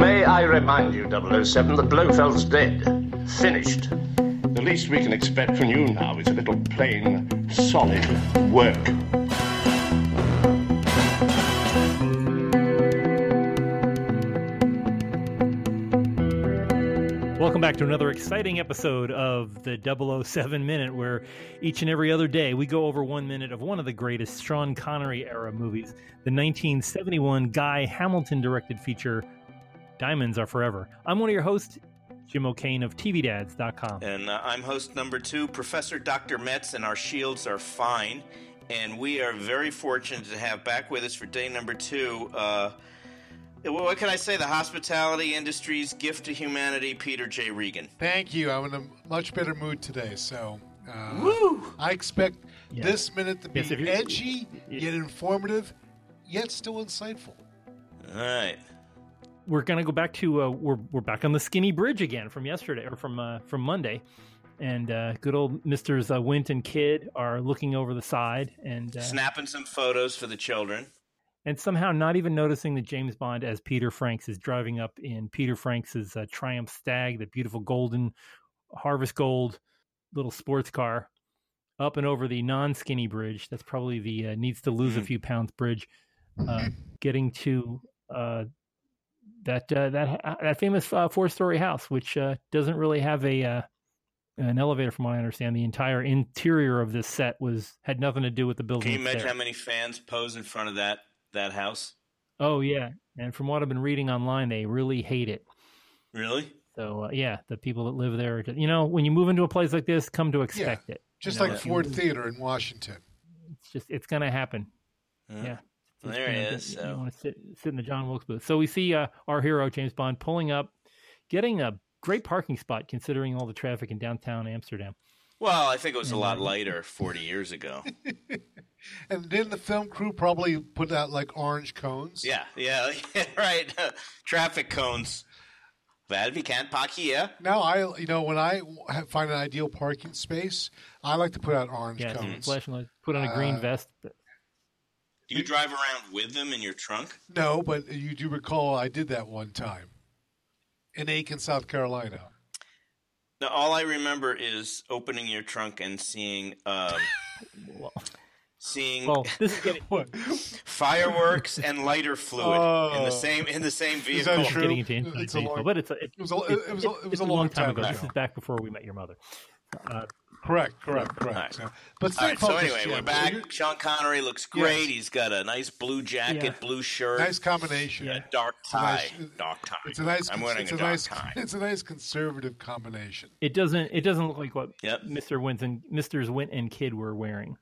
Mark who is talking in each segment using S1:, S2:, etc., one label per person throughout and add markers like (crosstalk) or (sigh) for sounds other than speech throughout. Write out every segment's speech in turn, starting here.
S1: I remind you, 007, that Blofeld's dead. Finished. The least we can expect from you now is a little plain, solid work.
S2: Welcome back to another exciting episode of the 007 Minute, where each and every other day we go over one minute of one of the greatest Sean Connery era movies, the 1971 Guy Hamilton directed feature, Diamonds Are Forever. I'm one of your hosts, Jim O'Kane of TVDads.com.
S3: And uh, I'm host number two, Professor Dr. Metz, and our shields are fine. And we are very fortunate to have back with us for day number two. Uh, what can I say? The hospitality industry's gift to humanity, Peter J. Regan.
S4: Thank you. I'm in a much better mood today, so uh,
S3: Woo!
S4: I expect
S2: Yeah.
S4: this minute to be
S2: Yes, if you-
S4: edgy,
S2: Yeah.
S4: yet informative, yet still insightful.
S3: All right.
S2: We're gonna go back to uh, we're we're back on the skinny bridge again from yesterday or from uh, from Monday, and uh, good old Misters uh, Wint and Kid are looking over the side and uh,
S3: Snapping some photos for the children.
S2: and somehow not even noticing that James Bond as Peter Franks is driving up in Peter Franks's uh, Triumph Stag, that beautiful golden harvest gold little sports car, up and over the non-skinny bridge. That's probably the uh, needs to lose a
S3: Mhm.
S2: few pounds bridge,
S3: Hmm.
S2: uh, getting to uh, that uh, that that famous uh, four-story house, which uh, doesn't really have a uh, an elevator, from what I understand. The entire interior of this set was had nothing to do with the building.
S3: Can you imagine
S2: itself.
S3: how many fans pose in front of that that house?
S2: Oh yeah, and from what I've been reading online, they really hate it.
S3: Really?
S2: So uh, yeah, the people that live there, are just- you know, when you move into a place like this, come to expect it.
S4: Just
S2: You know,
S4: like
S2: if you-
S4: Ford Theater in Washington.
S2: It's just it's gonna happen.
S3: Huh.
S2: Yeah. It's
S3: There
S2: gonna
S3: he
S2: be-
S3: is,
S2: You
S3: so-
S2: want to sit sit in the John Wilkes booth. So we see uh, our hero James Bond pulling up, getting a great parking spot considering all the traffic in downtown Amsterdam.
S3: Well, I think it was a
S2: And,
S3: lot
S2: uh,
S3: lighter 40 years ago.
S4: And then the film crew probably put out like orange cones.
S3: Yeah, yeah, (laughs) right. Traffic cones. Well, we can't park here.
S4: Now I, you know, when I ha- find an ideal parking space, I like to put out orange
S2: Yeah,
S4: cones.
S2: flashing lights, put on a green
S4: Uh,
S2: vest.
S3: Do you drive around with them in your trunk?
S4: No, but you do recall I did that one time in Aiken, South Carolina.
S3: No, all I remember is opening your trunk and seeing
S4: (laughs)
S3: um,
S2: Well,
S3: seeing
S2: well, this is getting,
S4: What?
S3: fireworks and lighter fluid in
S4: Oh.
S3: the same in the same
S4: Is
S3: vehicle.
S4: that
S2: well,
S4: true?
S2: getting into inside
S4: It's a
S2: baseball,
S4: long-
S2: but it's a, it,
S4: It was a, it was a, it was
S2: it's
S4: a long time ago.
S2: This is back before we met your mother.
S4: Correct, correct, correct.
S3: All right.
S4: But stay
S3: All right, so
S4: focused,
S3: anyway,
S4: Jim.
S3: we're back. Sean Connery looks great. He's got a nice blue jacket,
S2: Yeah.
S3: blue shirt,
S4: Nice combination.
S2: Yeah.
S3: dark
S4: a
S3: tie,
S4: nice-
S3: dark tie.
S4: It's a nice.
S3: I'm wearing
S4: it's
S3: a,
S4: a,
S3: dark
S4: nice.
S3: tie.
S4: (laughs) It's a nice conservative combination.
S2: It doesn't. It doesn't look like what
S3: Yep.
S2: Mr. Winton, Mr.'s Wint and Kid were wearing.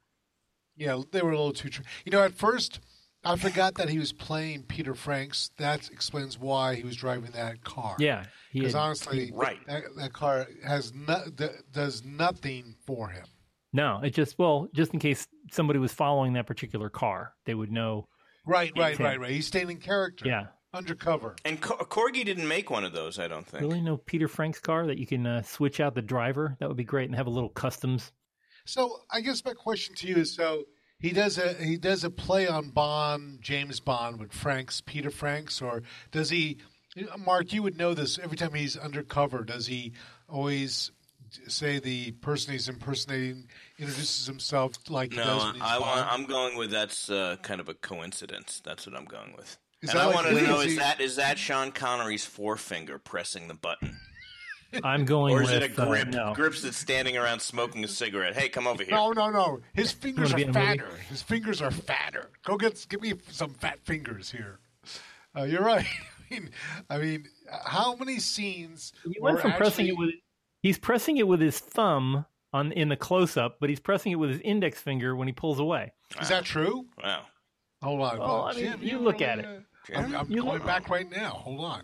S4: Yeah, they were a little too. Tr- you know, at first, I forgot that he was playing Peter Franks. That explains why he was driving that car.
S2: Yeah, he
S4: because
S2: had-
S4: honestly,
S3: Right.
S4: that, that car has no, d- does nothing for him.
S2: no. It just well, just in case somebody was following that particular car, they would know.
S4: Right, right,
S2: It's him.
S4: right, right. He's staying in character.
S2: Yeah,
S4: undercover.
S3: And Cor- Corgi didn't make one of those, I don't think.
S2: really, no Peter Frank's car that you can uh, switch out the driver. That would be great, and have a little customs.
S4: So I guess my question to you is: so he does a he does a play on Bond, James Bond with Franks, Peter Franks, or does he? Mark, you would know this. Every time he's undercover, does he always say the person he's impersonating introduces himself like he does
S3: No,
S4: when he's
S3: I,
S4: Bond?
S3: want, I'm going with that's uh, kind of a coincidence. That's what I'm going with.
S4: Is
S3: and
S4: that
S3: I
S4: like-
S3: wanted to know
S4: is
S3: is
S4: he-
S3: that is that Sean Connery's forefinger pressing the button, (laughs)
S2: I'm going.
S3: or is
S2: with,
S3: it a
S2: uh,
S3: grip?
S2: no.
S3: Grips that's standing around smoking a cigarette. Hey, come over here.
S4: No, no, no. His fingers
S2: wanna be
S4: are
S2: in a movie?
S4: fatter. His fingers are fatter. Go get give me some fat fingers here. Uh, you're right. (laughs) I mean, I mean, how many scenes?
S2: He went
S4: were
S2: from pressing it
S4: actually-
S2: with. He's pressing it with his thumb on in the close up, but he's pressing it with his index finger when he pulls away.
S4: Is that true?
S3: Wow.
S4: Hold on.
S2: Well,
S4: hold on.
S2: I mean,
S4: Jim,
S2: you look at
S4: really,
S3: it.
S4: uh, I'm, I'm
S2: You
S4: going
S2: look-
S4: back right now. Hold on.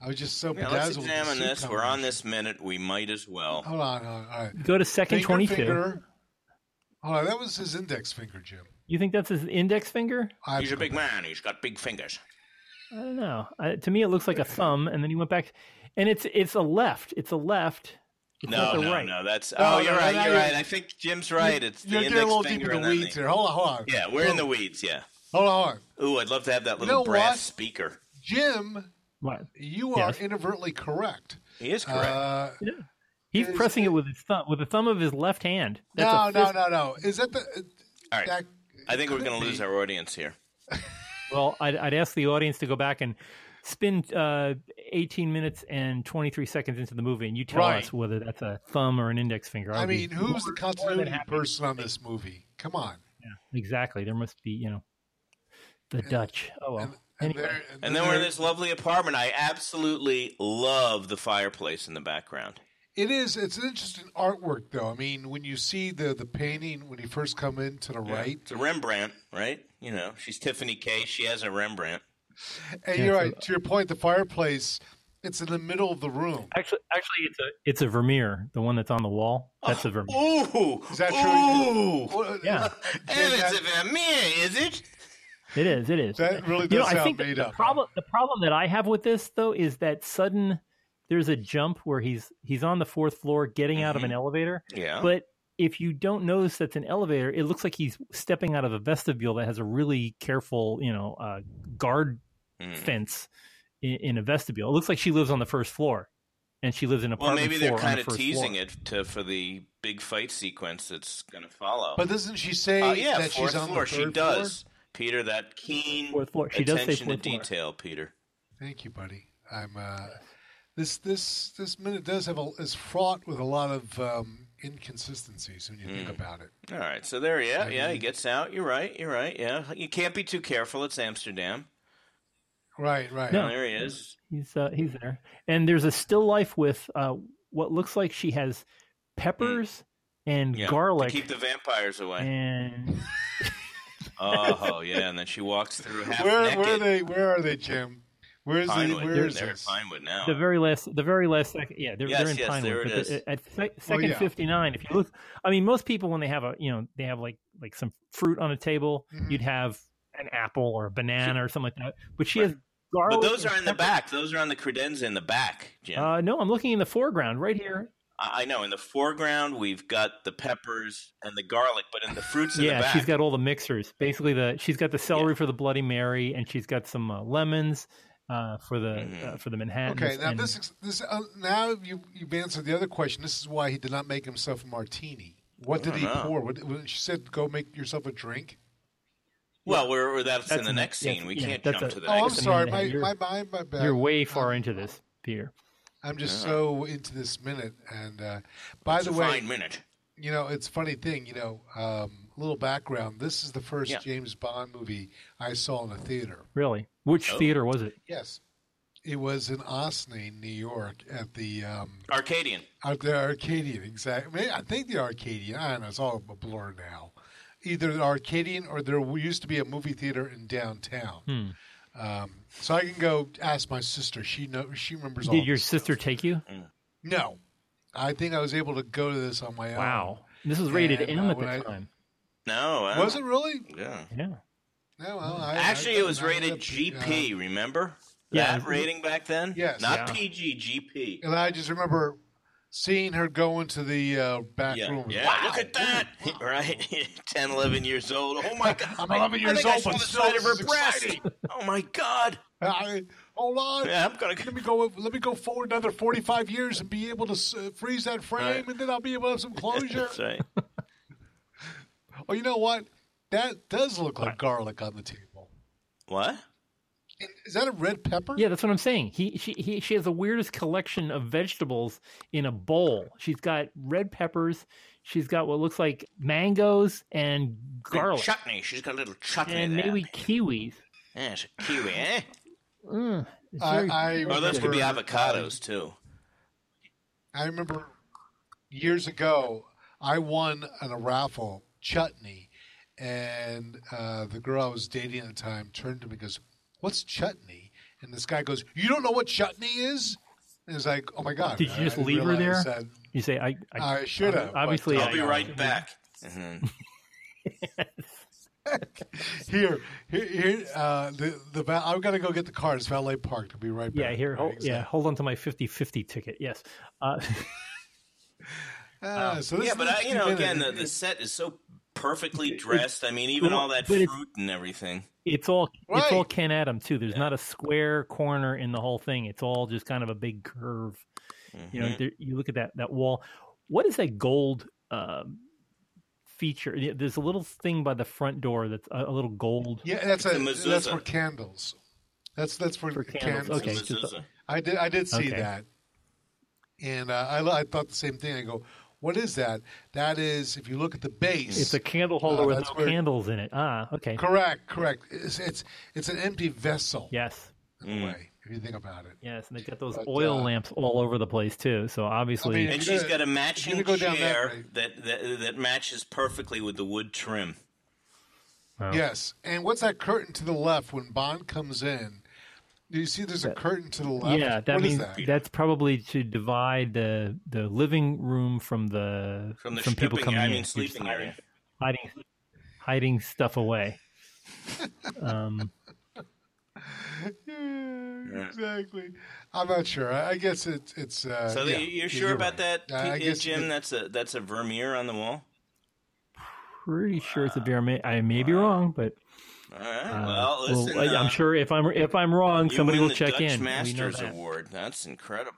S4: I was just so
S3: Yeah,
S4: bedazzled.
S3: let's
S4: with the
S3: examine
S4: suit
S3: this. We're on
S4: combination. Oh,
S3: this minute. We might as well.
S4: Hold on. Hold on. All right.
S2: Go to second
S4: Finger,
S2: twenty-two.
S4: Finger. Hold on. That was his index finger, Jim.
S2: You think that's his index finger?
S4: I have
S3: He's
S4: to
S3: a
S4: go
S3: big
S4: back.
S3: man. He's got big fingers.
S2: I don't know. I, to me, it looks like a thumb, and then he went back, and it's it's a left. It's a left. It's
S3: No,
S2: not the
S3: no,
S2: right.
S3: no. That's
S4: No,
S3: oh, you're
S4: no,
S3: right.
S4: no,
S3: You're
S4: no,
S3: right.
S4: you-
S3: I think Jim's right. It's the
S4: You're getting a little
S3: index
S4: deep
S3: finger
S4: in
S3: and
S4: the
S3: then
S4: weeds
S3: the-
S4: here. Hold on. Hold on.
S3: Yeah, we're in the weeds. Yeah.
S4: Hold on. Hold on.
S3: Ooh, I'd love to have that
S4: You
S3: little
S4: know
S3: brass
S4: what?
S3: speaker.
S4: Jim
S2: What?
S4: You are
S2: Yes.
S4: inadvertently correct.
S3: He is correct.
S4: Uh,
S2: Yeah. He's
S4: Is-
S2: pressing it with his thumb, with the thumb of his left hand. That's
S4: no,
S2: a
S4: no,
S2: fist-
S4: no, no. Is that the? uh,
S3: All right.
S4: That,
S3: I think we're
S4: could
S3: going to
S4: be.
S3: lose our audience here.
S2: Well, I'd, I'd ask the audience to go back and spin uh, 18 minutes and 23 seconds into the movie, and you tell
S4: Right.
S2: us whether that's a thumb or an index finger.
S4: I
S2: I'd be
S4: mean, who's the
S2: more- more
S4: continuity
S2: than happy.
S4: person on this movie? Come on.
S2: Exactly. There must be, you know, the Dutch. Oh, well.
S4: And, and
S2: Anyway.
S4: there-
S3: And then we're in
S4: there-
S3: this lovely apartment. I absolutely love the fireplace in the background.
S4: It is. It's an interesting artwork, though. I mean, when you see the the painting when you first come in to the right,
S3: It's a Rembrandt, right? You know, she's Tiffany K. She has a Rembrandt.
S4: and
S2: Yeah,
S4: you're
S2: it's a-
S4: right. To your point, the fireplace. It's in the middle of the room.
S2: Actually, actually, it's a it's a Vermeer, the one that's on the wall.
S4: Oh,
S2: That's a Vermeer.
S3: Ooh,
S4: Is that
S3: ooh.
S4: true? Well,
S2: Yeah,
S3: (laughs) And it's a Vermeer, is it?
S2: it is. It is.
S4: (laughs) That really does
S2: you know,
S4: sound
S2: I think
S4: made
S2: the,
S4: up.
S2: The problem, the problem that I have with this though is that sudden there's a jump where he's he's on the fourth floor getting out of
S3: Mhm.
S2: an elevator,
S3: Yeah.
S2: but if you don't notice that's an elevator, it looks like he's stepping out of a vestibule that has a really careful, you know, uh, guard
S3: Mm.
S2: fence in, in a vestibule. It looks like she lives on the first floor, and she lives in
S3: Well,
S2: apartment.
S3: maybe they're
S2: kind
S3: of teasing it to, for the big fight sequence that's going to follow.
S4: But doesn't she say
S3: Uh, yeah,
S4: that
S3: fourth
S4: she's on
S3: floor.
S4: the third
S3: she does, Peter. That keen
S2: Fourth floor. She does say
S3: attention to
S2: fourth floor.
S3: detail, Peter.
S4: floor? Thank you, buddy. I'm. Uh, this this this minute does have a, is fraught with a lot of um, inconsistencies when you think
S3: Hmm.
S4: about it.
S3: All right, so there, yeah, yeah, he gets out. You're right, you're right, yeah. You can't be too careful. It's Amsterdam.
S4: Right, right.
S2: No.
S3: There he is.
S2: He's uh, he's there, and there's a still life with uh, what looks like she has peppers and
S3: Mm. Yeah,
S2: garlic
S3: to keep the vampires away.
S2: and (laughs)
S3: Oh, yeah, and then she walks through half
S4: Where
S3: naked.
S4: where are they? Where are they, Jim? Where's the
S3: Pinewood.
S4: where is
S3: They're in
S4: this?
S3: Pinewood now.
S2: the very last the very last second yeah they're,
S3: Yes,
S2: they're in
S3: yes,
S2: Pinewood
S3: there it
S2: but the-
S3: is.
S2: at sec- second
S4: yeah.
S2: 59 if you look I mean most people when they have a you know they have like like some fruit on a table
S4: Mhm.
S2: you'd have an apple or a banana or something like that but she
S3: Right.
S2: has garlic
S3: but those
S2: and
S3: are in the
S2: pepper-
S3: back. Those are on the credenza in the back, Jim.
S2: Oh, uh, no I'm looking in the foreground right here
S3: I I know. In the foreground, we've got the peppers and the garlic, but in the fruits in
S2: yeah
S3: the back,
S2: she's got all the mixers basically the she's got the celery for the Bloody Mary and she's got some uh, lemons uh, for the uh,
S3: Mhm.
S2: for the Manhattan
S4: Okay, now this ex- this uh, now you you've answered the other question. This is why he did not make himself a martini. What did
S3: I
S4: he
S3: know.
S4: pour? What, what, she said, "Go make yourself a drink."
S3: well, we're, we're- that's,
S2: That's
S3: in the
S2: in
S3: next
S2: the- yeah,
S3: scene. we
S2: yeah,
S3: can't
S2: that's
S3: jump
S2: a-
S3: to the
S4: Oh, I'm
S3: next.
S2: mean,
S4: sorry, my,
S2: you're-
S4: my my my bad.
S2: you're way far into this Peter
S4: I'm just so into this minute. And uh, by
S3: it's
S4: the
S3: a
S4: way,
S3: fine minute.
S4: you know, it's a funny thing. You know, um, little background. This is the first
S3: Yeah.
S4: James Bond movie I saw in a theater.
S2: really which
S3: Oh.
S2: theater was it
S4: Yes, it was in Osney, New York, at the um,
S3: Arcadian.
S4: Out the Arcadian, exactly. I think the Arcadian. I don't know. It's all a blur now. Either the Arcadian or there used to be a movie theater in downtown.
S2: Hmm.
S4: Um, so I can go ask my sister. She knows. She remembers all.
S2: did your
S4: this.
S2: sister take you
S4: No, I think I was able to go to this on my own.
S2: Wow. Oh. This was rated
S4: And,
S2: M
S4: uh,
S2: at the
S4: when I-
S2: time.
S3: No, I don't-
S4: Was it really?
S3: Yeah.
S2: Yeah.
S4: No. Well, I,
S3: Actually,
S4: I-
S3: it was
S4: I- I-
S3: rated
S4: uh,
S3: GP. Remember
S2: Yeah.
S3: that rating back then?
S4: Yes.
S3: Not
S2: Yeah.
S3: PG, GP.
S4: uh, and I just remember seeing her go into the uh, back
S3: Yeah,
S4: room.
S3: yeah.
S4: Wow.
S3: Look at
S4: (laughs)
S3: that, right? (laughs) 10, 11 years old. Oh my god!
S4: I'm 11
S3: I
S4: years
S3: think I
S4: old,
S3: saw
S4: but
S3: the
S4: still
S3: side of
S4: this
S3: her
S4: is
S3: breast.
S4: exciting.
S3: (laughs) Oh my god!
S4: I, hold on.
S3: Yeah, I'm gonna.
S4: Let me go. Let me go forward another forty-five years and be able to s- uh, freeze that frame,
S3: Right.
S4: and then I'll be able to
S3: (laughs)
S4: have some closure.
S3: That's right.
S4: oh, you know what? That does look like garlic on the table.
S3: What?
S4: Is that a red pepper?
S2: Yeah, that's what I'm saying. He she he, she has the weirdest collection of vegetables in a bowl. She's got red peppers, she's got what looks like mangoes and garlic
S3: Chutney. She's got a little chutney
S2: and
S3: there.
S2: maybe kiwis.
S3: Yeah, it's a kiwi,
S4: (laughs)
S3: eh?
S2: Mm, it's
S4: I-
S2: very-
S4: I-
S3: Or Oh, those could be
S4: Remember-
S3: avocados too.
S4: I remember years ago I won on a raffle chutney, and uh, the girl I was dating at the time turned to me and goes, "What's chutney?" And this guy goes, "You don't know what chutney is?" And it's like, "Oh my god!"
S2: Did you
S4: I-
S2: just
S4: I
S2: leave her
S4: realized
S2: there?
S4: that
S2: you say I I,
S4: I should have.
S2: Obviously,
S3: I'll be
S2: I-
S3: right back. Mhm.
S4: Here, here, here uh, the the va- I've got to go get the car. It's valet parked. I'll be right back.
S2: yeah, here hold, yeah, hold on to my 50-50 ticket. Yes. Uh, (laughs)
S4: Ah, so this
S3: Yeah,
S4: is
S3: but
S4: the
S3: Um, I, you know,
S4: 60
S3: again, the,
S4: minute.
S3: the set is so perfectly dressed. I mean, even
S2: well,
S3: all that
S2: but
S3: fruit
S2: it's-
S3: and everything.
S2: It's all it's
S4: Right.
S2: all Ken Adam too. There's not a square corner in the whole thing. It's all just kind of a big curve. You know,
S4: Mm-hmm.
S3: Mhm.
S2: there, you look at that that wall. What is that gold um, feature? Yeah, There's a little thing by the front door that's a, a little gold.
S4: Yeah, that's
S3: The
S4: a,
S3: mezuzah.
S4: that's for candles. That's that's for,
S2: For candles,
S4: candles.
S2: okay.
S3: This
S2: just
S3: is
S2: a-
S3: a-
S4: I did. I did see
S2: Okay.
S4: that, and uh, I, I thought the same thing. I go, "What is that? That is, if you look at the base,
S2: It's a candle holder
S4: Oh,
S2: with
S4: that's
S2: no
S4: where-
S2: candles in it. Ah, okay.
S4: correct, correct. It's it's, it's an empty vessel
S2: Yes,
S4: in
S3: Mm.
S4: a way. If you think about it,
S2: yes, and they've got those
S4: But,
S2: oil
S4: uh,
S2: lamps all over the place too. So obviously,
S4: mean,
S3: and
S4: You're
S3: she's
S4: gonna-
S3: got a
S4: you're
S3: matching
S4: gonna go down that
S3: chair
S4: way.
S3: that, that that matches perfectly with the wood trim.
S2: Oh.
S4: yes. And what's that curtain to the left when Bond comes in? Do you see? There's a curtain to the left.
S2: yeah, that
S4: What
S2: means
S4: is that?
S2: that's probably to divide the the living room from the
S3: From the
S2: people
S3: shipping-
S2: coming
S3: I
S2: in,
S3: mean,
S2: Just
S3: sleeping
S2: hiding,
S3: area.
S2: hiding hiding stuff away. um,
S4: Yeah, exactly. I'm not sure. I, I guess it's it's. Uh,
S3: So
S4: yeah,
S3: that- you're sure about
S4: right.
S3: that,
S4: Uh, I
S3: P-
S4: guess
S3: Jim?
S4: it-
S3: That's a that's a Vermeer on the wall.
S2: pretty sure it's a beer. ma- I may be wrong, but
S3: All right.
S2: uh,
S3: well, listen.
S2: well, I- I'm
S3: uh,
S2: sure if I'm if I'm wrong,
S3: you
S2: somebody
S3: win
S2: will
S3: the
S2: check
S3: Dutch
S2: in. we know
S3: Masters
S2: that.
S3: Award. That's incredible.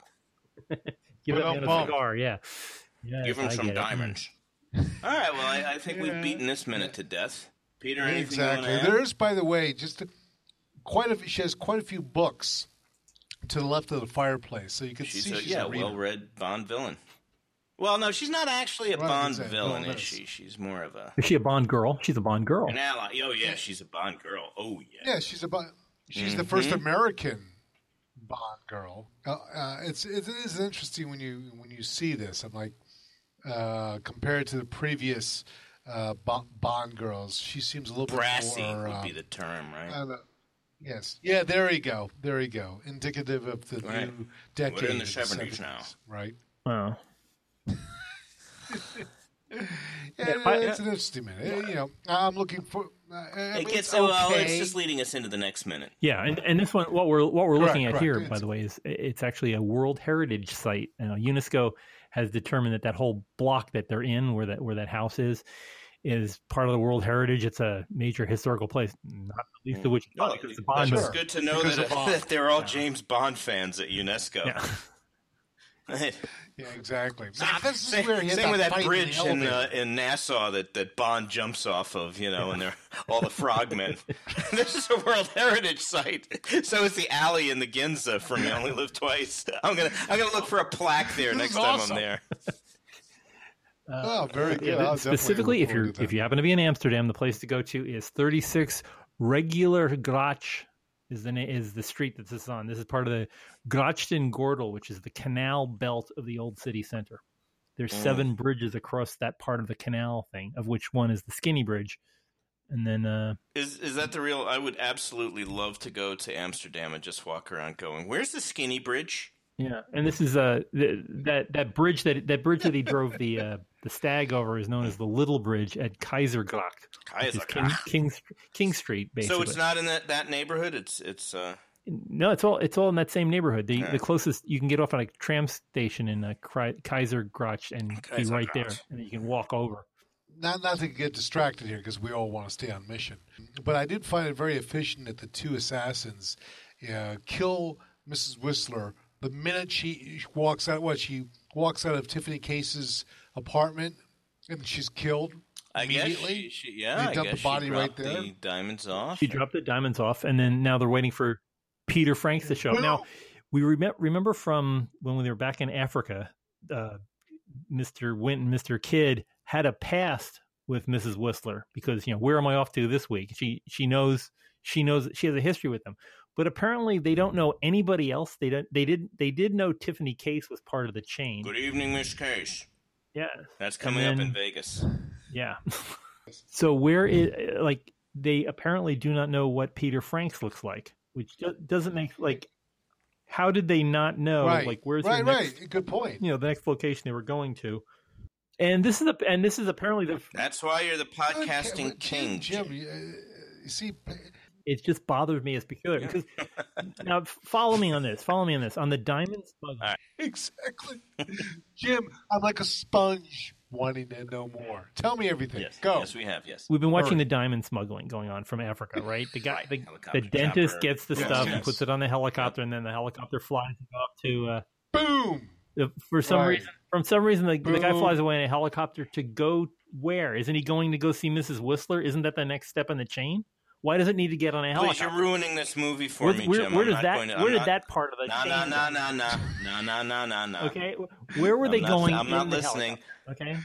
S2: Give that
S4: Well,
S2: man a
S4: Paul.
S2: cigar, yeah. Yes,
S3: Give him
S2: I
S3: some
S2: get it. (laughs)
S3: diamonds. All right. Well, I, I think we've
S4: Yeah.
S3: beaten this minute to death. Peter, anything
S4: Exactly.
S3: you want to
S4: There is, by the way, just a- quite a. She has quite a few books to the left of the fireplace, so you can
S3: She's
S4: see
S3: a
S4: she's
S3: yeah,
S4: a reader.
S3: well-read Bond villain. Well, no, she's not actually a
S4: Well,
S3: Bond
S4: exactly.
S3: villain,
S4: Well,
S3: is
S4: that's-
S3: she? She's more of a
S2: Is she a Bond girl? She's a Bond girl.
S3: an ally. Oh yeah, she's a Bond girl. Oh yeah.
S4: yeah, she's about. She's the first
S3: Mm-hmm.
S4: American Bond girl. Uh, uh, it's it is interesting when you when you see this. I'm like, uh, compared to the previous uh, Bo- Bond girls, she seems a little
S3: Brassy
S4: bit more.
S3: would
S4: um,
S3: be the term, right?
S4: I don't know. Yes. Yeah. There you go. There you go. Indicative of the
S3: Right.
S4: new decade.
S3: We're in the
S4: of
S3: 70s now.
S4: right?
S2: Oh.
S4: Yeah,
S2: I-
S4: it's an interesting minute. You know, I'm looking for. Uh, I
S3: it
S4: mean,
S3: gets
S4: it's
S3: well. It's
S4: okay.
S3: just leading us into the next minute.
S2: Yeah, and, and this one, what we're what we're looking at
S4: Correct, correct.
S2: here, by
S4: It's-
S2: the way, is it's actually a World Heritage Site. You know, UNESCO has determined that that whole block that they're in, where that where that house is, is part of the World Heritage. It's a major historical place, not the least of which
S3: Oh,
S2: because it's a Bond
S4: Mm. sure.
S3: It's
S2: movie.
S3: good to know
S4: Because
S3: that,
S4: of Bond.
S3: that (laughs) they're all James Bond fans at UNESCO.
S2: Yeah.
S3: (laughs)
S4: Yeah, exactly. Nah,
S3: Same,
S4: this is where he had
S3: same with that
S4: fight in the
S3: bridge in,
S4: elevator.
S3: uh, in Nassau that, that Bond jumps off of, you know, and they're all the
S4: (laughs)
S3: frogmen. (laughs) this is a World Heritage Site. So is the alley in the Ginza from You Only Live Twice. I'm gonna I'm gonna look for a plaque there
S4: This
S3: next
S4: is
S3: time
S4: awesome.
S3: I'm there.
S4: oh, very good.
S2: Yeah,
S4: I'll definitely
S2: specifically,
S4: look
S2: if you're
S4: forward to
S2: if
S4: that.
S2: you happen to be in Amsterdam, the place to go to is 36 Regular Grach is the na- is the street that this is on. This is part of the Grachten Gordel, which is the canal belt of the old city center. There's
S3: Mm.
S2: seven bridges across that part of the canal thing, of which one is the Skinny Bridge, and then uh,
S3: Is is that the real? I would absolutely love to go to Amsterdam and just walk around going, "Where's the skinny bridge?"
S2: yeah, and this is uh th- that that bridge that that bridge that he drove the uh, (laughs) the stag over is known as the Little Bridge at Kaisergracht, which is King,
S3: Kaiser.
S2: King King Street. Basically,
S3: "Ah." So it's not in that, that neighborhood. It's it's uh,
S2: No, it's all it's all in that same neighborhood. The
S3: Yeah.
S2: the closest you can get off on a tram station in uh, Kri- Kaiser Gotch and be right there,
S3: Kaisergracht.
S2: and you can walk over.
S4: not not to get distracted here because we all want to stay on mission. But I did find it very efficient that the two assassins uh, kill Mrs. Whistler the minute she she walks out. What she walks out of Tiffany Case's apartment, and she's killed
S3: I guess
S4: immediately.
S3: she, she, yeah,
S4: They
S3: I
S4: dump the
S3: guess she
S4: body right
S3: dropped The
S4: there.
S3: diamonds off.
S2: She dropped the diamonds off, and then now they're waiting for Peter Franks to show up. Now we remem- remember from when we were back in Africa, uh, Mister Winton, Mister Kidd had a past with Mrs. Whistler because you know where am I off to this week? She she knows she knows she has a history with them, but apparently they don't know anybody else. They don't they did they did know Tiffany Case was part of the chain.
S3: Good evening, Miss Case.
S2: Yeah,
S3: That's coming
S2: And
S3: up
S2: then-
S3: in Vegas.
S2: yeah. so where is like they apparently do not know what Peter Franks looks like, which do- doesn't make like how did they not know
S4: right,
S2: Oh, like where's
S4: right,
S2: your next,
S4: right. Good point.
S2: you know the next location they were going to, and this is a and this is apparently the
S3: That's why you're the
S4: Okay,
S3: podcasting
S4: well,
S3: king.
S4: Jim.
S3: Jim.
S4: Jim uh, you see, (laughs)
S2: it just bothers me as peculiar because now
S3: (laughs)
S2: follow me on this follow me on this on the diamonds bug
S4: exactly, Jim. I'm like a sponge. wanting to know more. Tell me everything.
S3: Yes.
S4: Go.
S3: Yes, we have. Yes.
S2: We've been watching the diamond smuggling going on from Africa, right? The guy,
S3: Right,
S2: the,
S3: helicopter
S2: the dentist
S3: chopper.
S2: gets the
S5: Yes,
S2: stuff and
S5: yes.
S2: puts it on the helicopter, and then the helicopter flies it off to. Uh,
S4: Boom.
S2: the- for some
S4: Right.
S2: reason, from some reason, the, the guy
S4: Boom.
S2: flies away in a helicopter to go where? Isn't he going to go see Mrs. Whistler? Isn't that the next step in the chain? Why does it need to get on a
S3: Please, you're
S2: helicopter?
S3: ruining this movie for
S2: where,
S3: me,
S2: where-
S3: Jim.
S2: where
S3: I'm
S2: does
S3: not
S2: that?
S3: going to- I'm
S2: where did
S3: not-
S2: that part of the
S3: No,
S2: chain?
S3: no, no, no, no, no, no, no, no, no.
S2: Okay, where were
S3: I'm
S2: they
S3: not-
S2: going?
S3: I'm
S2: in
S3: not
S2: the
S3: listening.
S2: helicopter? Okay,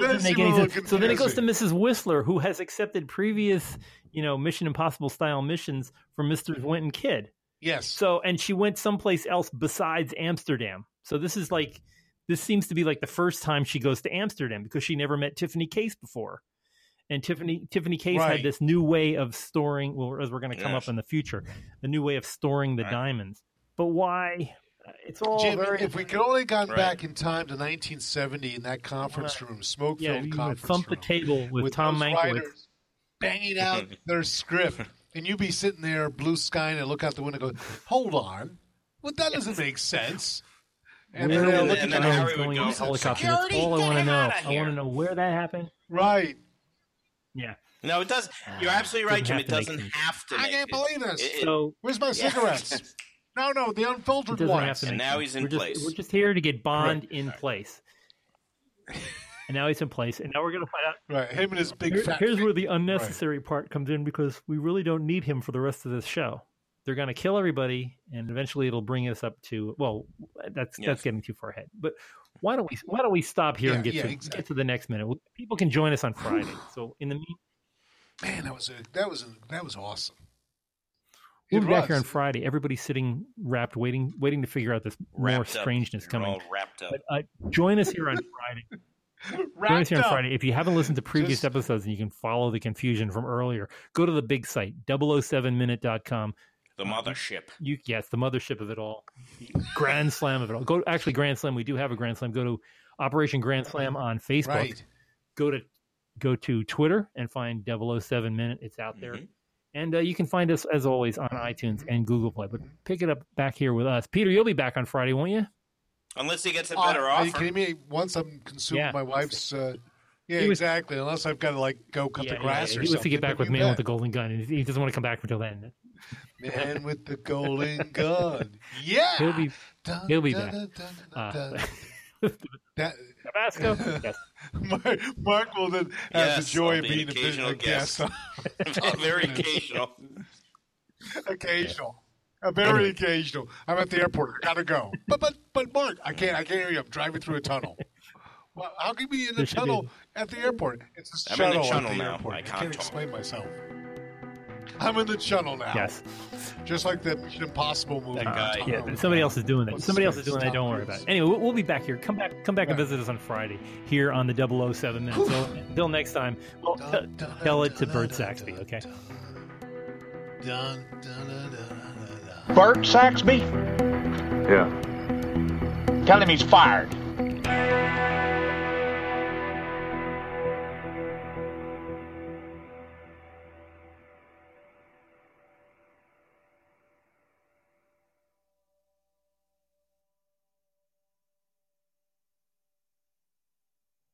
S2: doesn't
S4: doesn't
S2: make
S4: seem a
S2: any
S4: little
S2: sense. So then it goes to
S4: confusing.
S2: Mrs. Whistler, who has accepted previous, you know, Mission Impossible style missions from Mr. Winton Kidd.
S4: Yes.
S2: So, and she went someplace else besides Amsterdam. So this is like, this seems to be like the first time she goes to Amsterdam because she never met Tiffany Case before. And Tiffany Tiffany Case had
S4: Right.
S2: this new way of storing, well, as we're going to come
S3: Yes.
S2: up in the future, a new way of storing the
S3: Right.
S2: diamonds. But why? It's all
S4: Jim,
S2: very.
S4: if we could only gone
S3: Right.
S4: back in time to 1970 in that conference room, smoke-filled
S2: yeah, you would
S4: conference
S2: thump the
S4: room,
S2: table with, Tom
S4: those
S2: Mankiewicz.
S4: writers banging out their script, and you'd be sitting there, blue sky, and I look out the window, and go, "Hold on, well that doesn't make sense." And
S2: Where
S4: then they'll
S2: was
S4: look
S2: the
S4: at
S3: and then
S4: you and
S2: drone
S4: go,
S3: Harry would
S2: going
S3: go,
S2: in the helicopter? That's
S5: "Security,
S2: all I
S5: get
S2: want to
S5: him
S2: know.
S5: outta
S2: I want
S5: here."
S2: to know where that happened.
S4: right?
S2: Yeah.
S3: No, it does. You're absolutely right, Jim.
S2: Ah, doesn't have to make
S3: It doesn't
S2: sense.
S3: have to.
S4: I
S3: make
S4: can't
S3: it.
S4: believe this.
S3: It- it-
S2: So
S4: Where's my
S3: Yeah. (laughs)
S4: cigarettes? no, no, the
S2: it
S4: unfiltered
S2: doesn't
S4: ones.
S2: have to
S3: And
S2: make
S3: now
S2: sense.
S3: he's in
S2: we're
S3: place.
S2: Just, we're just here to get Bond in place.
S3: (laughs)
S2: And now he's in place. And now we're going to find out.
S4: Right, him and his big
S2: Here-
S4: fat.
S2: here's where the unnecessary part comes in because we really don't need him for the rest of this show. They're going to kill everybody, and eventually it'll bring us up to well, that's
S3: Yes.
S2: that's getting too far ahead. But why don't we why don't we stop here and
S4: Yeah,
S2: get
S4: yeah,
S2: to
S4: exactly.
S2: get to the next minute? People can join us on Friday. so in the meantime.
S4: Man, that was a, that was a, that was awesome.
S2: We'll
S4: It
S2: be back here on
S4: was.
S2: Friday. Everybody's sitting wrapped, waiting, waiting to figure out this more
S3: wrapped up.
S2: strangeness
S3: They're
S2: coming.
S3: All wrapped up.
S2: But uh, join us
S3: (laughs)
S2: here on Friday. join us
S4: Wrapped
S2: here on
S4: up.
S2: Friday. If you haven't listened to previous
S4: Just-
S2: episodes and you can follow the confusion from earlier, go to the big site 007minute.com.
S4: uh,
S3: The mothership.
S2: You yes, the mothership of it all, the grand slam of it all. Go actually grand slam. We do have a grand slam. Go to Operation Grand Slam on Facebook.
S4: Right.
S2: Go to go to Twitter and find 007 minute. It's out there.
S4: Mm-hmm.
S3: Mhm.
S2: And uh, you can find us as always on iTunes and Google Play. But pick it up back here with us. Peter, you'll be back on Friday, won't you?
S3: Unless he gets a
S4: Uh,
S3: better
S4: Are you
S3: offer.
S4: kidding me? Once I'm consuming
S2: Yeah.
S4: my wife's. Uh, yeah,
S2: He was-
S4: exactly. Unless I've got to like go cut the grass
S2: he
S4: or
S2: wants
S4: something.
S2: to get back
S4: but
S2: with
S4: you
S2: Man with the
S4: bet.
S2: Golden Gun, and he doesn't want to come back until then.
S4: (laughs) man with the golden
S2: (laughs)
S4: gun. Yeah,
S2: He'll be
S4: Dun,
S2: he'll be
S4: dun,
S2: back.
S4: dun, dun, dun,
S2: uh,
S4: dun. That, (laughs)
S2: Tabasco. Yes.
S4: Mark, Mark will then have
S3: Yes,
S4: the joy
S3: I'll
S4: of
S3: be an
S4: being a, big,
S3: occasional
S4: a guest,
S3: (laughs)
S4: (laughs)
S3: Very occasional.
S4: occasional, a very occasional. I'm at the airport. I
S2: (laughs)
S4: gotta go. But but but Mark, I can't. I can't hear you. I'm driving through a tunnel. Well, how can you be in
S2: There
S4: a
S2: should be-
S4: tunnel at the airport? It's a
S3: I'm in the
S4: shuttle at
S3: tunnel
S4: the
S3: now.
S4: airport.
S3: I
S4: I
S3: can't
S4: can't,
S3: talk.
S4: explain myself. I'm in the tunnel now.
S2: Yes.
S4: Just like that Mission Impossible movie.
S3: That guy.
S4: Tunnel.
S2: Yeah, but somebody else is doing that.
S4: What's
S2: Somebody
S4: the
S2: else is doing that.
S4: stop
S2: Don't worry
S4: this?
S2: about it. Anyway, we'll, we'll be back here. Come back, come back and
S4: Right.
S2: visit us on Friday here on the 007 Minute. So until next time, well,
S4: Dun, dun,
S2: tell it to
S4: dun,
S2: Bert
S4: dun,
S2: Saxby.
S4: dun,
S2: Okay.
S4: Dun, dun, dun, dun, dun, dun.
S6: Bert Saxby?
S5: Yeah.
S6: Tell him he's fired.